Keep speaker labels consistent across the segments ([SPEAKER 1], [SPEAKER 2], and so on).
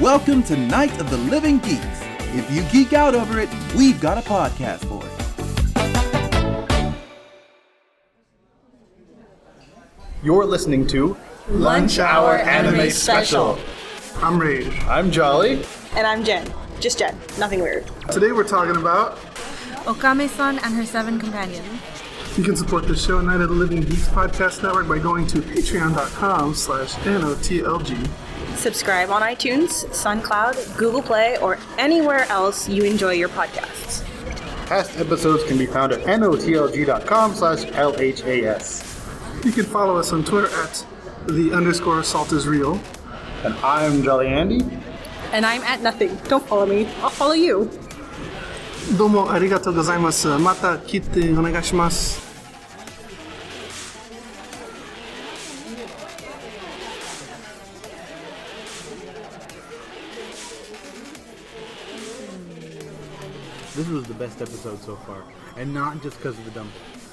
[SPEAKER 1] Welcome to Night of the Living Geeks. If you geek out over it, we've got a podcast for it.
[SPEAKER 2] You're listening to
[SPEAKER 3] Lunch Hour Anime Special.
[SPEAKER 4] I'm Rage.
[SPEAKER 2] I'm Jolly.
[SPEAKER 3] And I'm Jen. Just Jen. Nothing weird.
[SPEAKER 4] Today we're talking about
[SPEAKER 5] Okame-san and her seven companions.
[SPEAKER 4] you can support the show Night of the Living Geeks Podcast Network by going to patreon.com slash N-O-T-L-G.
[SPEAKER 3] Subscribe on iTunes, SoundCloud, Google Play, or anywhere else you enjoy your podcasts.
[SPEAKER 2] Past episodes can be found at notlg.com slash LHAS.
[SPEAKER 4] You can follow us on Twitter at the underscore salt is real.
[SPEAKER 2] And I'm Jolly Andy.
[SPEAKER 3] And I'm at nothing. Don't follow me. I'll follow you.
[SPEAKER 4] Domo arigato gozaimasu. Mata kite onegashimasu.
[SPEAKER 6] This was the best episode so far, and not just because of the dumplings.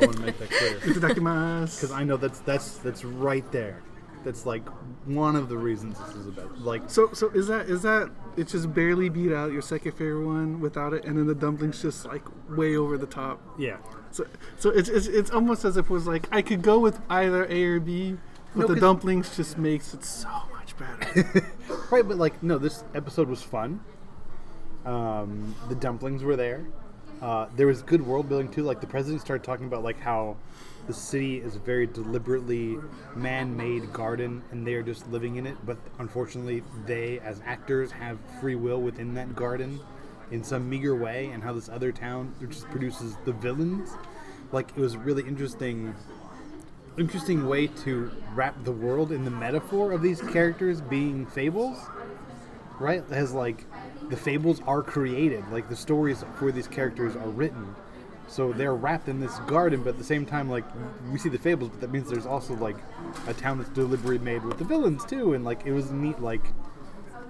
[SPEAKER 6] I want to make that clear
[SPEAKER 4] Itadakimasu.
[SPEAKER 6] because I know that's that's that's right there. That's like one of the reasons this is about. Like
[SPEAKER 4] So, so is that is that it just barely beat out your second favorite one without it, and then the dumplings just like way over the top.
[SPEAKER 6] yeah,
[SPEAKER 4] So, so it's, it's it's almost as if it was like I could go with either A or B, but the
[SPEAKER 6] 'cause-
[SPEAKER 4] dumplings just makes it so much better.
[SPEAKER 6] right. But like no, this episode was fun. Um, the dumplings were there. Uh, there was good world building too. Like the president started talking about like how the city is a very deliberately man-made garden, and they are just living in it. But unfortunately, they as actors have free will within that garden in some meager way, and how this other town just produces the villains. Like it was a really interesting, interesting way to wrap the world in the metaphor of these characters being fables right? Has like the fables are created, like the stories for these characters are written. So they're wrapped in this garden, but at the same time, like we see the fables, but that means there's also like a town that's deliberately made with the villains too, and like it was neat, like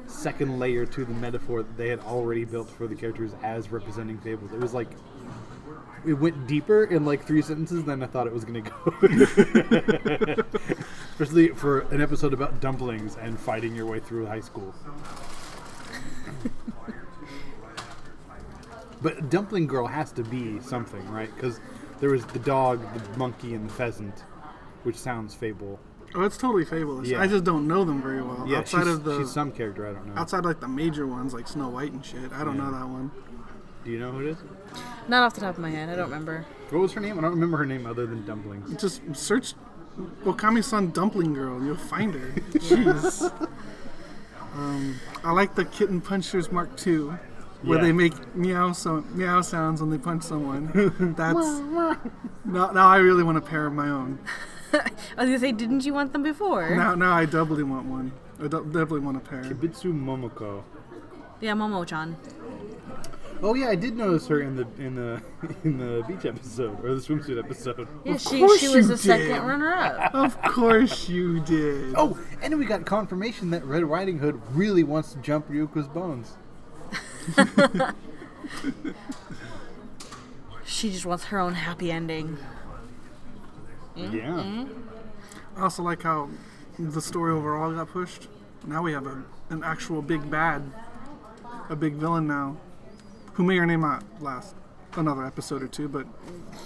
[SPEAKER 6] second layer to the metaphor that they had already built for the characters as representing fables. It was like it went deeper in like three sentences than I thought it was gonna go, especially for an episode about dumplings and fighting your way through high school. But Dumpling Girl has to be something, right? Because there was the dog, the monkey, and the pheasant, which sounds fable.
[SPEAKER 4] oh, it's totally fabulous.
[SPEAKER 6] Yeah.
[SPEAKER 4] I just don't know them very well.
[SPEAKER 6] Yeah,
[SPEAKER 4] outside
[SPEAKER 6] she's,
[SPEAKER 4] of the
[SPEAKER 6] she's some character. I don't know.
[SPEAKER 4] outside like the major ones like Snow White and shit. I don't know that one.
[SPEAKER 6] Do you know who it is?
[SPEAKER 5] Not off the top of my head, I don't remember.
[SPEAKER 6] What was her name? I don't remember her name other than Dumplings.
[SPEAKER 4] Just search Okami-san Dumpling Girl and you'll find her. Jeez. Um, I like the Kitten Punchers Mark II. Where
[SPEAKER 6] Yeah.
[SPEAKER 4] they make meow so meow sounds when they punch someone. That's now, now I really want a pair of my own.
[SPEAKER 5] I was gonna say, didn't you want them before?
[SPEAKER 4] Now, now I doubly want one. I dou- doubly want a pair.
[SPEAKER 6] Bitsu Momoko.
[SPEAKER 5] Yeah, Momo-chan.
[SPEAKER 6] Oh yeah, I did notice her in the in the in the beach episode or the swimsuit episode.
[SPEAKER 5] Yeah, she,
[SPEAKER 4] course
[SPEAKER 5] she was
[SPEAKER 4] you
[SPEAKER 5] the
[SPEAKER 4] did.
[SPEAKER 5] second runner-up.
[SPEAKER 4] Of course you did.
[SPEAKER 6] Oh, and we got confirmation that Red Riding Hood really wants to jump Ryuko's bones.
[SPEAKER 5] she just wants her own happy ending.
[SPEAKER 6] Yeah.
[SPEAKER 5] Mm-hmm.
[SPEAKER 4] I also like how the story overall got pushed. Now we have a, an actual big bad, a big villain now, who may or may not last another episode or two. But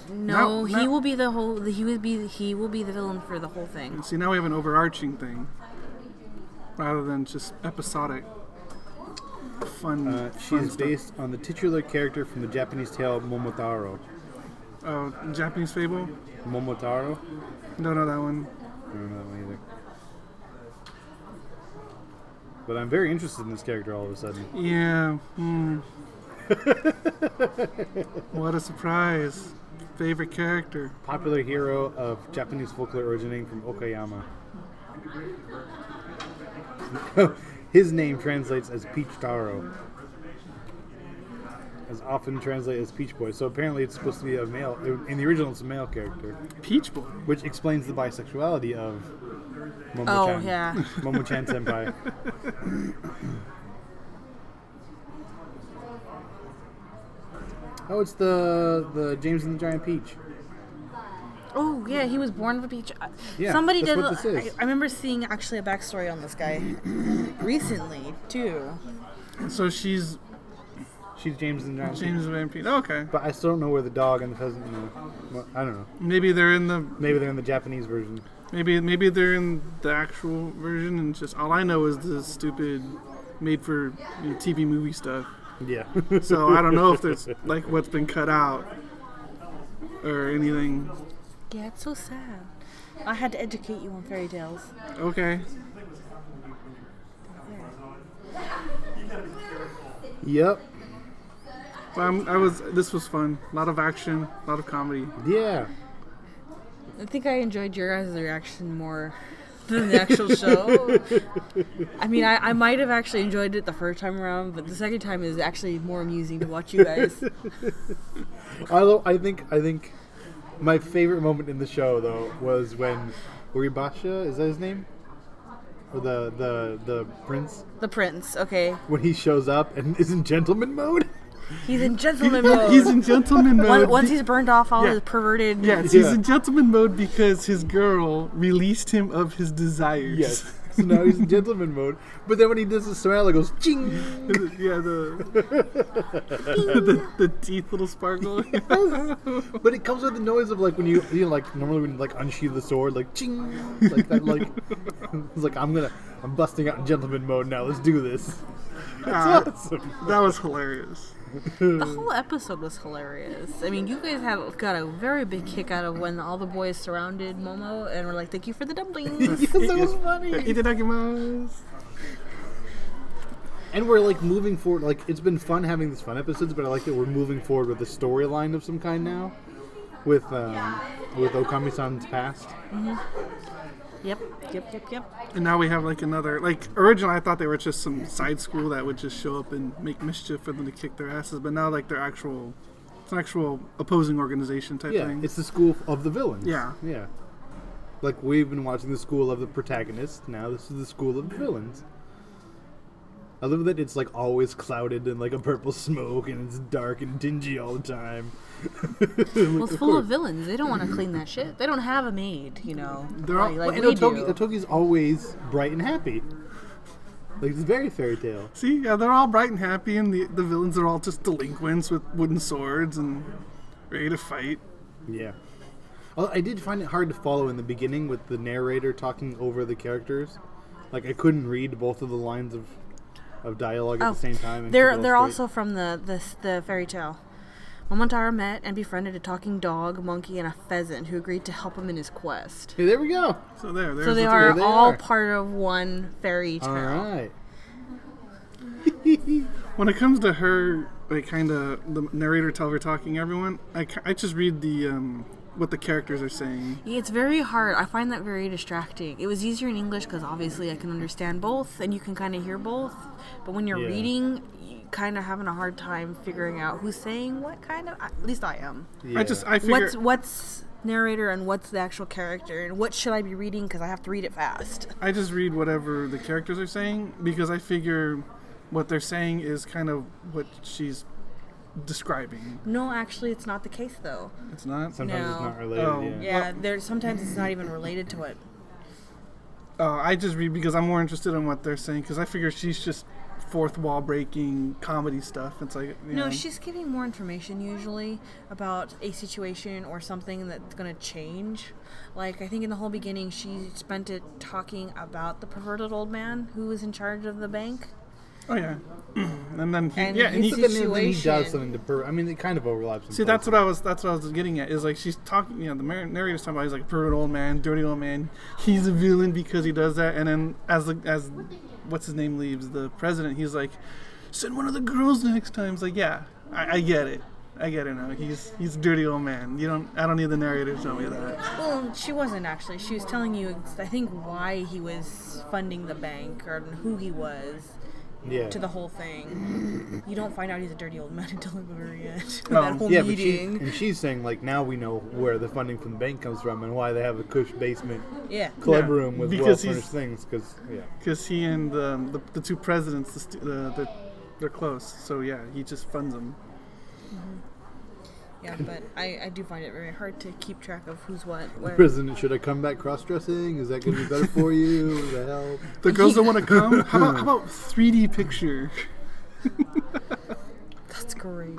[SPEAKER 5] No,
[SPEAKER 4] No,
[SPEAKER 5] he
[SPEAKER 4] no.
[SPEAKER 5] will be the whole. He will be. He will be the villain for the whole thing.
[SPEAKER 4] see, now we have an overarching thing rather than just episodic fun.
[SPEAKER 6] Uh, she
[SPEAKER 4] fun
[SPEAKER 6] is
[SPEAKER 4] stuff.
[SPEAKER 6] based on the titular character from the Japanese tale Momotaro.
[SPEAKER 4] Oh, Japanese fable?
[SPEAKER 6] Momotaro.
[SPEAKER 4] Don't know that one.
[SPEAKER 6] I don't know that one either. But I'm very interested in this character all of a sudden.
[SPEAKER 4] Yeah. Hmm. what a surprise! Favorite character.
[SPEAKER 6] Popular hero of Japanese folklore originating from Okayama. His name translates as Peach Taro. Is often translated as Peach Boy. So apparently it's supposed to be a male. In the original, it's a male character.
[SPEAKER 4] Peach Boy.
[SPEAKER 6] Which explains the bisexuality of Momo-chan.
[SPEAKER 5] Oh, yeah.
[SPEAKER 6] Momo-chan senpai. oh, it's the the James and the Giant Peach.
[SPEAKER 5] Oh Oh yeah, he was born of a beach. I-
[SPEAKER 6] Yeah,
[SPEAKER 5] Somebody
[SPEAKER 6] that's
[SPEAKER 5] did.
[SPEAKER 6] what this
[SPEAKER 5] I,
[SPEAKER 6] is.
[SPEAKER 5] I remember seeing actually a backstory on this guy recently too.
[SPEAKER 4] So she's
[SPEAKER 6] She's James and John.
[SPEAKER 4] James Van Pete. Okay.
[SPEAKER 6] But I still don't know where the dog and the pheasant. And the, well, I don't know.
[SPEAKER 4] Maybe they're in the
[SPEAKER 6] Maybe they're in the Japanese version.
[SPEAKER 4] maybe maybe they're in the actual version and just all I know is the stupid made for you know, TV movie stuff.
[SPEAKER 6] Yeah.
[SPEAKER 4] So I don't know if there's like what's been cut out or anything.
[SPEAKER 5] Yeah, it's so sad. I had to educate you on fairy tales.
[SPEAKER 4] Okay.
[SPEAKER 6] yep.
[SPEAKER 4] But I'm, I was this was fun. A lot of action, a lot of comedy.
[SPEAKER 6] Yeah.
[SPEAKER 5] I think I enjoyed your guys' reaction more than the actual show. I mean, I, I might have actually enjoyed it the first time around, but the second time is actually more amusing to watch you guys.
[SPEAKER 6] I, lo- I think I think my favorite moment in the show though was when Uribasha is that his name? Or the the the prince
[SPEAKER 5] the prince, okay.
[SPEAKER 6] when he shows up and is in gentleman mode.
[SPEAKER 5] He's in gentleman mode.
[SPEAKER 4] He's in gentleman mode.
[SPEAKER 5] Once- Once he's burned off all
[SPEAKER 4] Yeah.
[SPEAKER 5] his perverted.
[SPEAKER 4] Yes, he's
[SPEAKER 6] Yeah.
[SPEAKER 4] in gentleman mode because his girl released him of his desires.
[SPEAKER 6] Yes. So now he's in gentleman mode. But then when he does the smile, it goes ching.
[SPEAKER 4] yeah, the, the the teeth little sparkle.
[SPEAKER 6] But it comes with the noise of like when you you know like normally when you like unsheath the sword like ching like that like it's like I'm gonna I'm busting out in gentleman mode now. Let's do this.
[SPEAKER 4] Ah,
[SPEAKER 6] Awesome.
[SPEAKER 4] that was hilarious.
[SPEAKER 5] The whole episode was hilarious. I mean, you guys had got a very big kick out of when all the boys surrounded Momo and were like, "Thank you for the dumplings."
[SPEAKER 6] Yes, that was funny.
[SPEAKER 4] Itadakimasu.
[SPEAKER 6] And we're like moving forward. Like it's been fun having these fun episodes, but I like that we're moving forward with a storyline of some kind now, with um, with Okami-san's past.
[SPEAKER 5] yep, yep, yep, yep.
[SPEAKER 4] And now we have like another like originally I thought they were just some side school that would just show up and make mischief for them to kick their asses, but now like they're actual it's an actual opposing organization type
[SPEAKER 6] Yeah,
[SPEAKER 4] thing.
[SPEAKER 6] it's the school of the villains.
[SPEAKER 4] Yeah.
[SPEAKER 6] yeah. Like we've been watching the school of the protagonist. Now this is the school of the villains. I love that it's like always clouded in like a purple smoke, and it's dark and dingy all the time.
[SPEAKER 5] Well, it's full of villains. They don't want to clean that shit. They don't have a maid, you know.
[SPEAKER 4] They're all-
[SPEAKER 5] like, like
[SPEAKER 6] and
[SPEAKER 5] we
[SPEAKER 6] Otogi,
[SPEAKER 5] do.
[SPEAKER 6] Otogi's always bright and happy. Like it's very fairy tale.
[SPEAKER 4] See, yeah, they're all bright and happy and the, the villains are all just delinquents with wooden swords and ready to fight.
[SPEAKER 6] Yeah. Well, I did find it hard to follow in the beginning with the narrator talking over the characters. Like I couldn't read both of the lines of of dialogue at
[SPEAKER 5] Oh,
[SPEAKER 6] the same time. and
[SPEAKER 5] They're
[SPEAKER 6] keep it all
[SPEAKER 5] they're
[SPEAKER 6] straight.
[SPEAKER 5] also from the the, the fairy tale. Momotaro met and befriended a talking dog, monkey, and a pheasant who agreed to help him in his quest.
[SPEAKER 6] Hey, there we go.
[SPEAKER 4] So there, there's
[SPEAKER 5] So they
[SPEAKER 4] the
[SPEAKER 5] are
[SPEAKER 6] they
[SPEAKER 5] all
[SPEAKER 6] are.
[SPEAKER 5] part of one fairy tale.
[SPEAKER 6] All right.
[SPEAKER 4] When it comes to her, like kind of the narrator tell her talking everyone, I, ca- I just read the um, what the characters are saying.
[SPEAKER 5] Yeah, It's very hard. I find that very distracting. It was easier in English because obviously I can understand both and you can kind of hear both. But when you're
[SPEAKER 6] Yeah.
[SPEAKER 5] reading, you kind of having a hard time figuring out who's saying what kind of. At least I am.
[SPEAKER 4] I just I figure
[SPEAKER 5] What's what's narrator and what's the actual character and what should I be reading because I have to read it fast.
[SPEAKER 4] I just read whatever the characters are saying because I figure what they're saying is kind of what she's describing.
[SPEAKER 5] No, actually, it's not the case though.
[SPEAKER 4] It's not.
[SPEAKER 6] Sometimes it's
[SPEAKER 5] No.
[SPEAKER 6] not related.
[SPEAKER 4] Oh.
[SPEAKER 6] yeah.
[SPEAKER 5] Yeah, there's sometimes it's not even related to it.
[SPEAKER 4] Uh, I just read because I'm more interested in what they're saying because I figure she's just fourth wall breaking comedy stuff. It's like you
[SPEAKER 5] No,
[SPEAKER 4] know,
[SPEAKER 5] she's giving more information usually about a situation or something that's going to change. Like, I think in the whole beginning, she spent it talking about the perverted old man who was in charge of the bank.
[SPEAKER 4] oh yeah, and then he,
[SPEAKER 5] And
[SPEAKER 4] yeah, and
[SPEAKER 5] he's
[SPEAKER 4] he,
[SPEAKER 6] But then, then he
[SPEAKER 5] Situation.
[SPEAKER 6] does something to. Per- I mean, it kind of overlaps. in
[SPEAKER 4] See, that's what
[SPEAKER 6] places.
[SPEAKER 4] I was. That's what I was getting at. Is like she's talking. You know, the mar- narrator's talking about. He's like pervert old man, dirty old man. He's a villain because he does that. And then as the as what's his name leaves the president, he's like, send one of the girls next time. It's like, yeah, I, I get it. I get it now. He's he's a dirty old man. You don't. I don't need the narrator to tell me that.
[SPEAKER 5] Well, she wasn't actually. She was telling you, ex- I think, why he was funding the bank or who he was
[SPEAKER 6] Yeah.
[SPEAKER 5] to the whole thing. You don't find out he's a dirty old man until the very end.
[SPEAKER 4] Oh,
[SPEAKER 5] that whole
[SPEAKER 6] yeah, but she,
[SPEAKER 5] meeting.
[SPEAKER 6] and she's saying like now we know where the funding from the bank comes from and why they have a cush basement
[SPEAKER 5] yeah.
[SPEAKER 6] club
[SPEAKER 4] Yeah,
[SPEAKER 6] room with
[SPEAKER 4] because
[SPEAKER 6] well
[SPEAKER 4] he's-
[SPEAKER 6] furnished things because yeah.
[SPEAKER 4] Because he and um, the the two presidents, the, stu- the, the they're close. So yeah, he just funds them.
[SPEAKER 5] Yeah, but I, I do find it very hard to keep track of who's what, where.
[SPEAKER 6] President, should I come back cross dressing? Is that going to be better for you? Will that help?
[SPEAKER 4] The girls that want to come. How about, how about 3D picture?
[SPEAKER 5] That's great.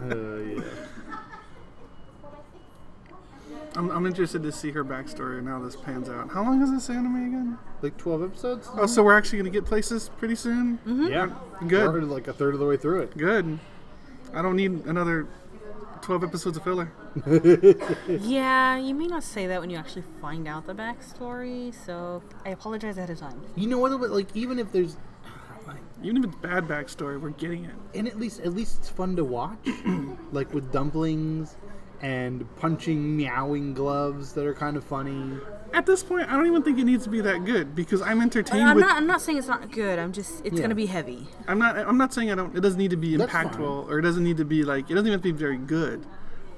[SPEAKER 6] Uh, yeah.
[SPEAKER 4] I'm, I'm interested to see her backstory and how this pans out. How long is this anime again?
[SPEAKER 6] Like 12 episodes?
[SPEAKER 4] Oh, so we're actually going to get places pretty soon?
[SPEAKER 5] Mm-hmm.
[SPEAKER 6] Yeah.
[SPEAKER 4] Good.
[SPEAKER 6] We're already, like a third of the way through it.
[SPEAKER 4] Good. I don't need another 12 episodes of filler.
[SPEAKER 5] Yeah, you may not say that when you actually find out the backstory, so I apologize ahead of time.
[SPEAKER 6] You know what? Like, even if there's.
[SPEAKER 4] Even if it's bad backstory, we're getting it.
[SPEAKER 6] And at least, at least it's fun to watch. like with dumplings and punching, meowing gloves that are kind of funny.
[SPEAKER 4] At this point, I don't even think it needs to be that good because I'm entertained
[SPEAKER 5] I'm
[SPEAKER 4] with.
[SPEAKER 5] not, I'm not saying it's not good, I'm just, it's
[SPEAKER 6] Yeah.
[SPEAKER 5] gonna be heavy.
[SPEAKER 4] I'm not. I'm not saying I don't. It doesn't need to be
[SPEAKER 6] That's
[SPEAKER 4] impactful, or it doesn't need to be like. It doesn't even have to be very good.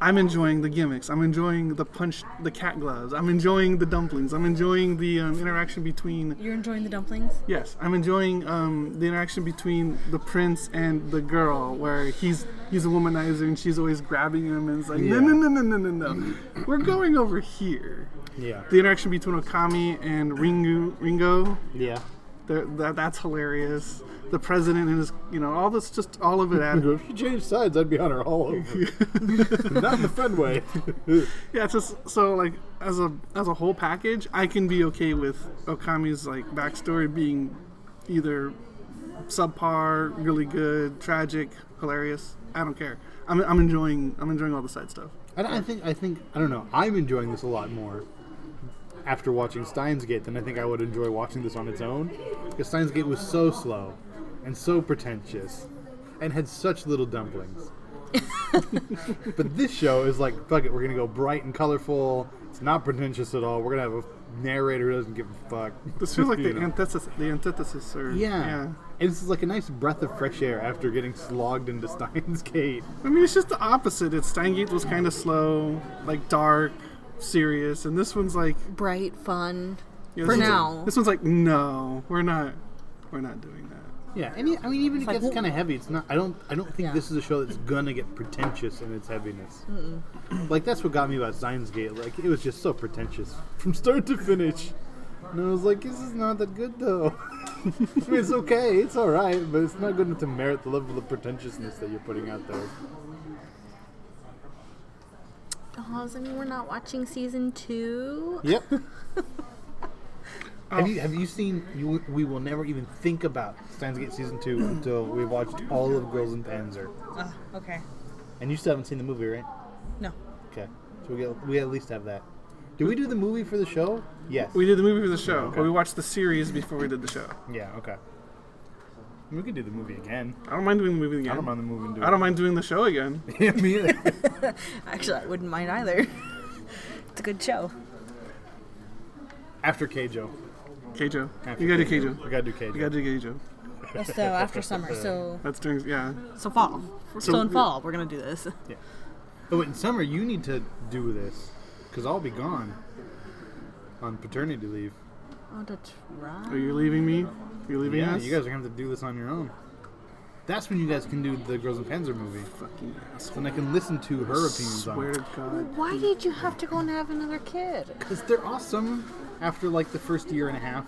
[SPEAKER 4] I'm enjoying the gimmicks. I'm enjoying the punch, the cat gloves. I'm enjoying the dumplings. I'm enjoying the um, interaction between.
[SPEAKER 5] You're enjoying the dumplings?
[SPEAKER 4] Yes, I'm enjoying um, the interaction between the prince and the girl, where he's he's a womanizer and she's always grabbing him and it's like no
[SPEAKER 6] Yeah.
[SPEAKER 4] no no no no no no, we're going over here.
[SPEAKER 6] Yeah.
[SPEAKER 4] The interaction between Okami and Ringu Ringo,
[SPEAKER 6] Yeah.
[SPEAKER 4] they're- that that's hilarious. The president and his you know all this just all of it
[SPEAKER 6] If
[SPEAKER 4] added.
[SPEAKER 6] she changed sides, I'd be on her all over. Not in the fun way.
[SPEAKER 4] Yeah, it's just so like as a as a whole package, I can be okay with Okami's like backstory being either subpar, really good, tragic, hilarious. I don't care. I'm, I'm enjoying I'm enjoying all the side stuff.
[SPEAKER 6] And I think I think I don't know. I'm enjoying this a lot more after watching Steins Gate than I think I would enjoy watching this on its own because Steins Gate was so slow and so pretentious and had such little dumplings. but this show is like fuck it. We're gonna go bright and colorful. It's not pretentious at all. We're gonna have a narrator who doesn't give a fuck.
[SPEAKER 4] This feels like
[SPEAKER 6] You
[SPEAKER 4] the
[SPEAKER 6] know?
[SPEAKER 4] antithesis the antithesis or
[SPEAKER 6] Yeah.
[SPEAKER 4] yeah.
[SPEAKER 6] And this is like a nice breath of fresh air after getting slogged into Steins Gate.
[SPEAKER 4] I mean, it's just the opposite. It's Steingate was kind of slow, like dark, serious, and this one's like
[SPEAKER 5] Bright, fun.
[SPEAKER 4] yeah,
[SPEAKER 5] For
[SPEAKER 4] this one's-
[SPEAKER 5] now.
[SPEAKER 4] this one's like no, we're not, we're not doing that.
[SPEAKER 6] Yeah, and e- I mean, even if it
[SPEAKER 5] like,
[SPEAKER 6] gets
[SPEAKER 5] well-
[SPEAKER 6] kind of heavy, it's not. I don't. I don't think
[SPEAKER 5] Yeah.
[SPEAKER 6] this is a show that's gonna get pretentious in its heaviness. Like that's what got me about Zion's Gate. Like it was just so pretentious from start to finish, and I was like, this is not that good though. I mean, it's okay, it's all right, but it's not good enough to merit the level of pretentiousness that you're putting out there.
[SPEAKER 5] Oh, does that mean we're not watching season two?
[SPEAKER 6] Yep. Have you have you seen? You, we will never even think about Steins Gate season two until we've watched all of Girls in Panzer,
[SPEAKER 5] Ah, okay.
[SPEAKER 6] and you still haven't seen the movie, right?
[SPEAKER 5] No.
[SPEAKER 6] Okay. So we, get, we at least have that. Do we do the movie for the show? Yes.
[SPEAKER 4] We did the movie for the show, but we watched the series before we did the show.
[SPEAKER 6] yeah, okay. We could do the movie again.
[SPEAKER 4] I don't mind doing the movie again.
[SPEAKER 6] I don't mind the movie.
[SPEAKER 4] I don't mind doing the show again.
[SPEAKER 6] mind me either.
[SPEAKER 5] Actually, I wouldn't mind either. it's a good show.
[SPEAKER 6] After Keijo.
[SPEAKER 4] Keijo.
[SPEAKER 6] After
[SPEAKER 4] You gotta do
[SPEAKER 6] We
[SPEAKER 4] Keijo.
[SPEAKER 6] gotta do Keijo.
[SPEAKER 4] You gotta do Keijo.
[SPEAKER 5] That's so after summer, so
[SPEAKER 4] That's during, yeah.
[SPEAKER 5] so fall. We're still in fall. We're gonna do this.
[SPEAKER 6] oh, wait, in summer you need to do this because I'll be gone on paternity leave.
[SPEAKER 5] Oh, that's
[SPEAKER 4] Are
[SPEAKER 5] right.
[SPEAKER 4] you leaving me? You're leaving
[SPEAKER 6] Yeah,
[SPEAKER 4] us?
[SPEAKER 6] you guys are gonna have to do this on your own. That's when you guys can do the Girls and Panzer movie.
[SPEAKER 4] Fucking asshole.
[SPEAKER 6] Then I can listen to her opinions on
[SPEAKER 4] Swear
[SPEAKER 6] it.
[SPEAKER 4] to God.
[SPEAKER 5] Why did you have to go and have another kid?
[SPEAKER 6] Because they're awesome after like the first year and a half.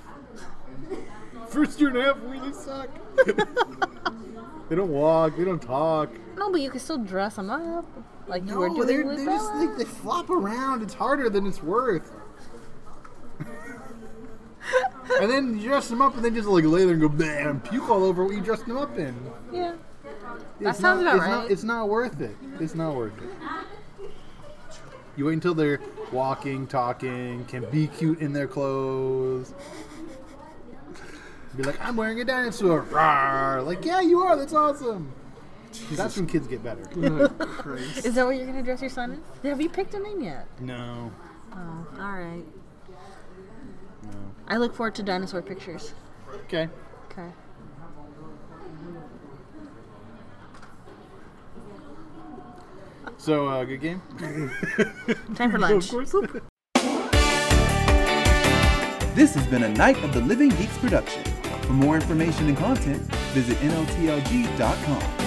[SPEAKER 6] First year and a half really suck. they don't walk, they don't talk.
[SPEAKER 5] No, but you could still dress them up like you were
[SPEAKER 6] No,
[SPEAKER 5] doing
[SPEAKER 6] they're,
[SPEAKER 5] with
[SPEAKER 6] they're just
[SPEAKER 5] Bella.
[SPEAKER 6] like, they flop around. It's harder than it's worth. and then you dress them up and they just like lay there and go bam, puke all over what you dressed them up in.
[SPEAKER 5] yeah.
[SPEAKER 6] That
[SPEAKER 5] sounds
[SPEAKER 6] not,
[SPEAKER 5] about
[SPEAKER 6] it's Not,
[SPEAKER 5] right.
[SPEAKER 6] it's not worth it. It's not worth it. You wait until they're walking, talking, can be cute in their clothes. Be like, I'm wearing a dinosaur. Rawr. Like, yeah, you are. That's awesome. That's when kids get better.
[SPEAKER 4] Christ.
[SPEAKER 5] Is that what you're gonna dress your son in? Have you picked a name yet?
[SPEAKER 6] no.
[SPEAKER 5] Oh, all right.
[SPEAKER 6] No.
[SPEAKER 5] I look forward to dinosaur pictures.
[SPEAKER 6] Okay.
[SPEAKER 5] Okay.
[SPEAKER 6] So, uh, good game?
[SPEAKER 5] Time for lunch.
[SPEAKER 1] This has been a Night of the Living Geeks production. For more information and content, visit NOTLG.com.